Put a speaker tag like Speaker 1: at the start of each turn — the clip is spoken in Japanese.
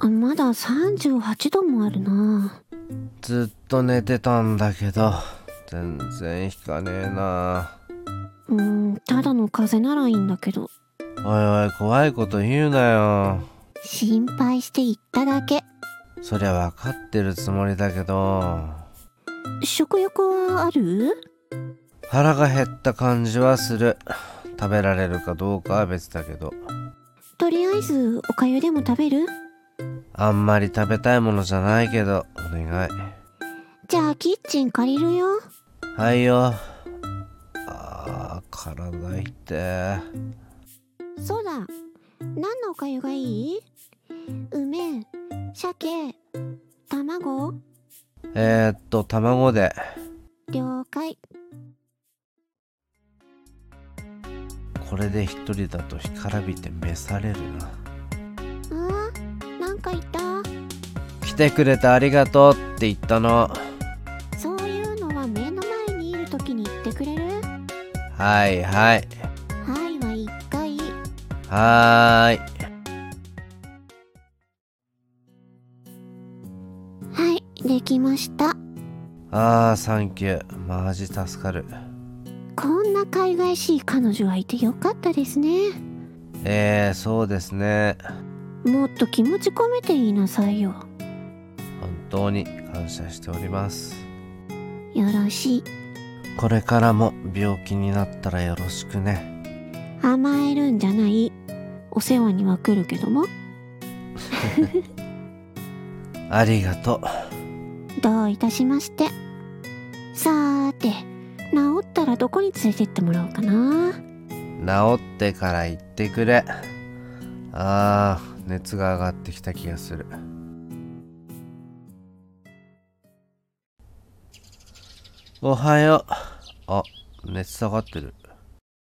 Speaker 1: 朝38度もあるな
Speaker 2: ずっと寝てたんだけど全然引かねえな
Speaker 1: うーんただの風邪ならいいんだけど
Speaker 2: おいおい怖いこと言うなよ
Speaker 1: 心配して言っただけ
Speaker 2: そりゃ分かってるつもりだけど
Speaker 1: 食欲はある
Speaker 2: 腹が減った感じはする食べられるかどうかは別だけど
Speaker 1: とりあえずおかゆでも食べる
Speaker 2: あんまり食べたいものじゃないけどお願い
Speaker 1: じゃあキッチン借りるよ
Speaker 2: はいよあー体痛い
Speaker 1: そうだ何のおかゆがいい梅鮭卵
Speaker 2: えー、っと卵で
Speaker 1: 了解
Speaker 2: これで一人だと干からびて召されるな
Speaker 1: あーなんか言った
Speaker 2: 来てくれてありがとうって言ったの
Speaker 1: そういうのは目の前にいる時に言ってくれる
Speaker 2: はい
Speaker 1: は
Speaker 2: はい
Speaker 1: いは一回
Speaker 2: はーい
Speaker 1: はいできました
Speaker 2: あーサンキューマジ助かる
Speaker 1: こんな海外しい彼女がいてよかったですね
Speaker 2: えー、そうですね
Speaker 1: もっと気持ち込めて言いなさいよ
Speaker 2: 本当に感謝しております
Speaker 1: よろしい
Speaker 2: これからも病気になったらよろしくね
Speaker 1: 甘えるんじゃないお世話には来るけども
Speaker 2: ありがとう
Speaker 1: どういたしましてさーて治ったらどこに連れてってもらおうかな
Speaker 2: 治ってから言ってくれあー熱が上がってきた気がするおはようあ熱下がってる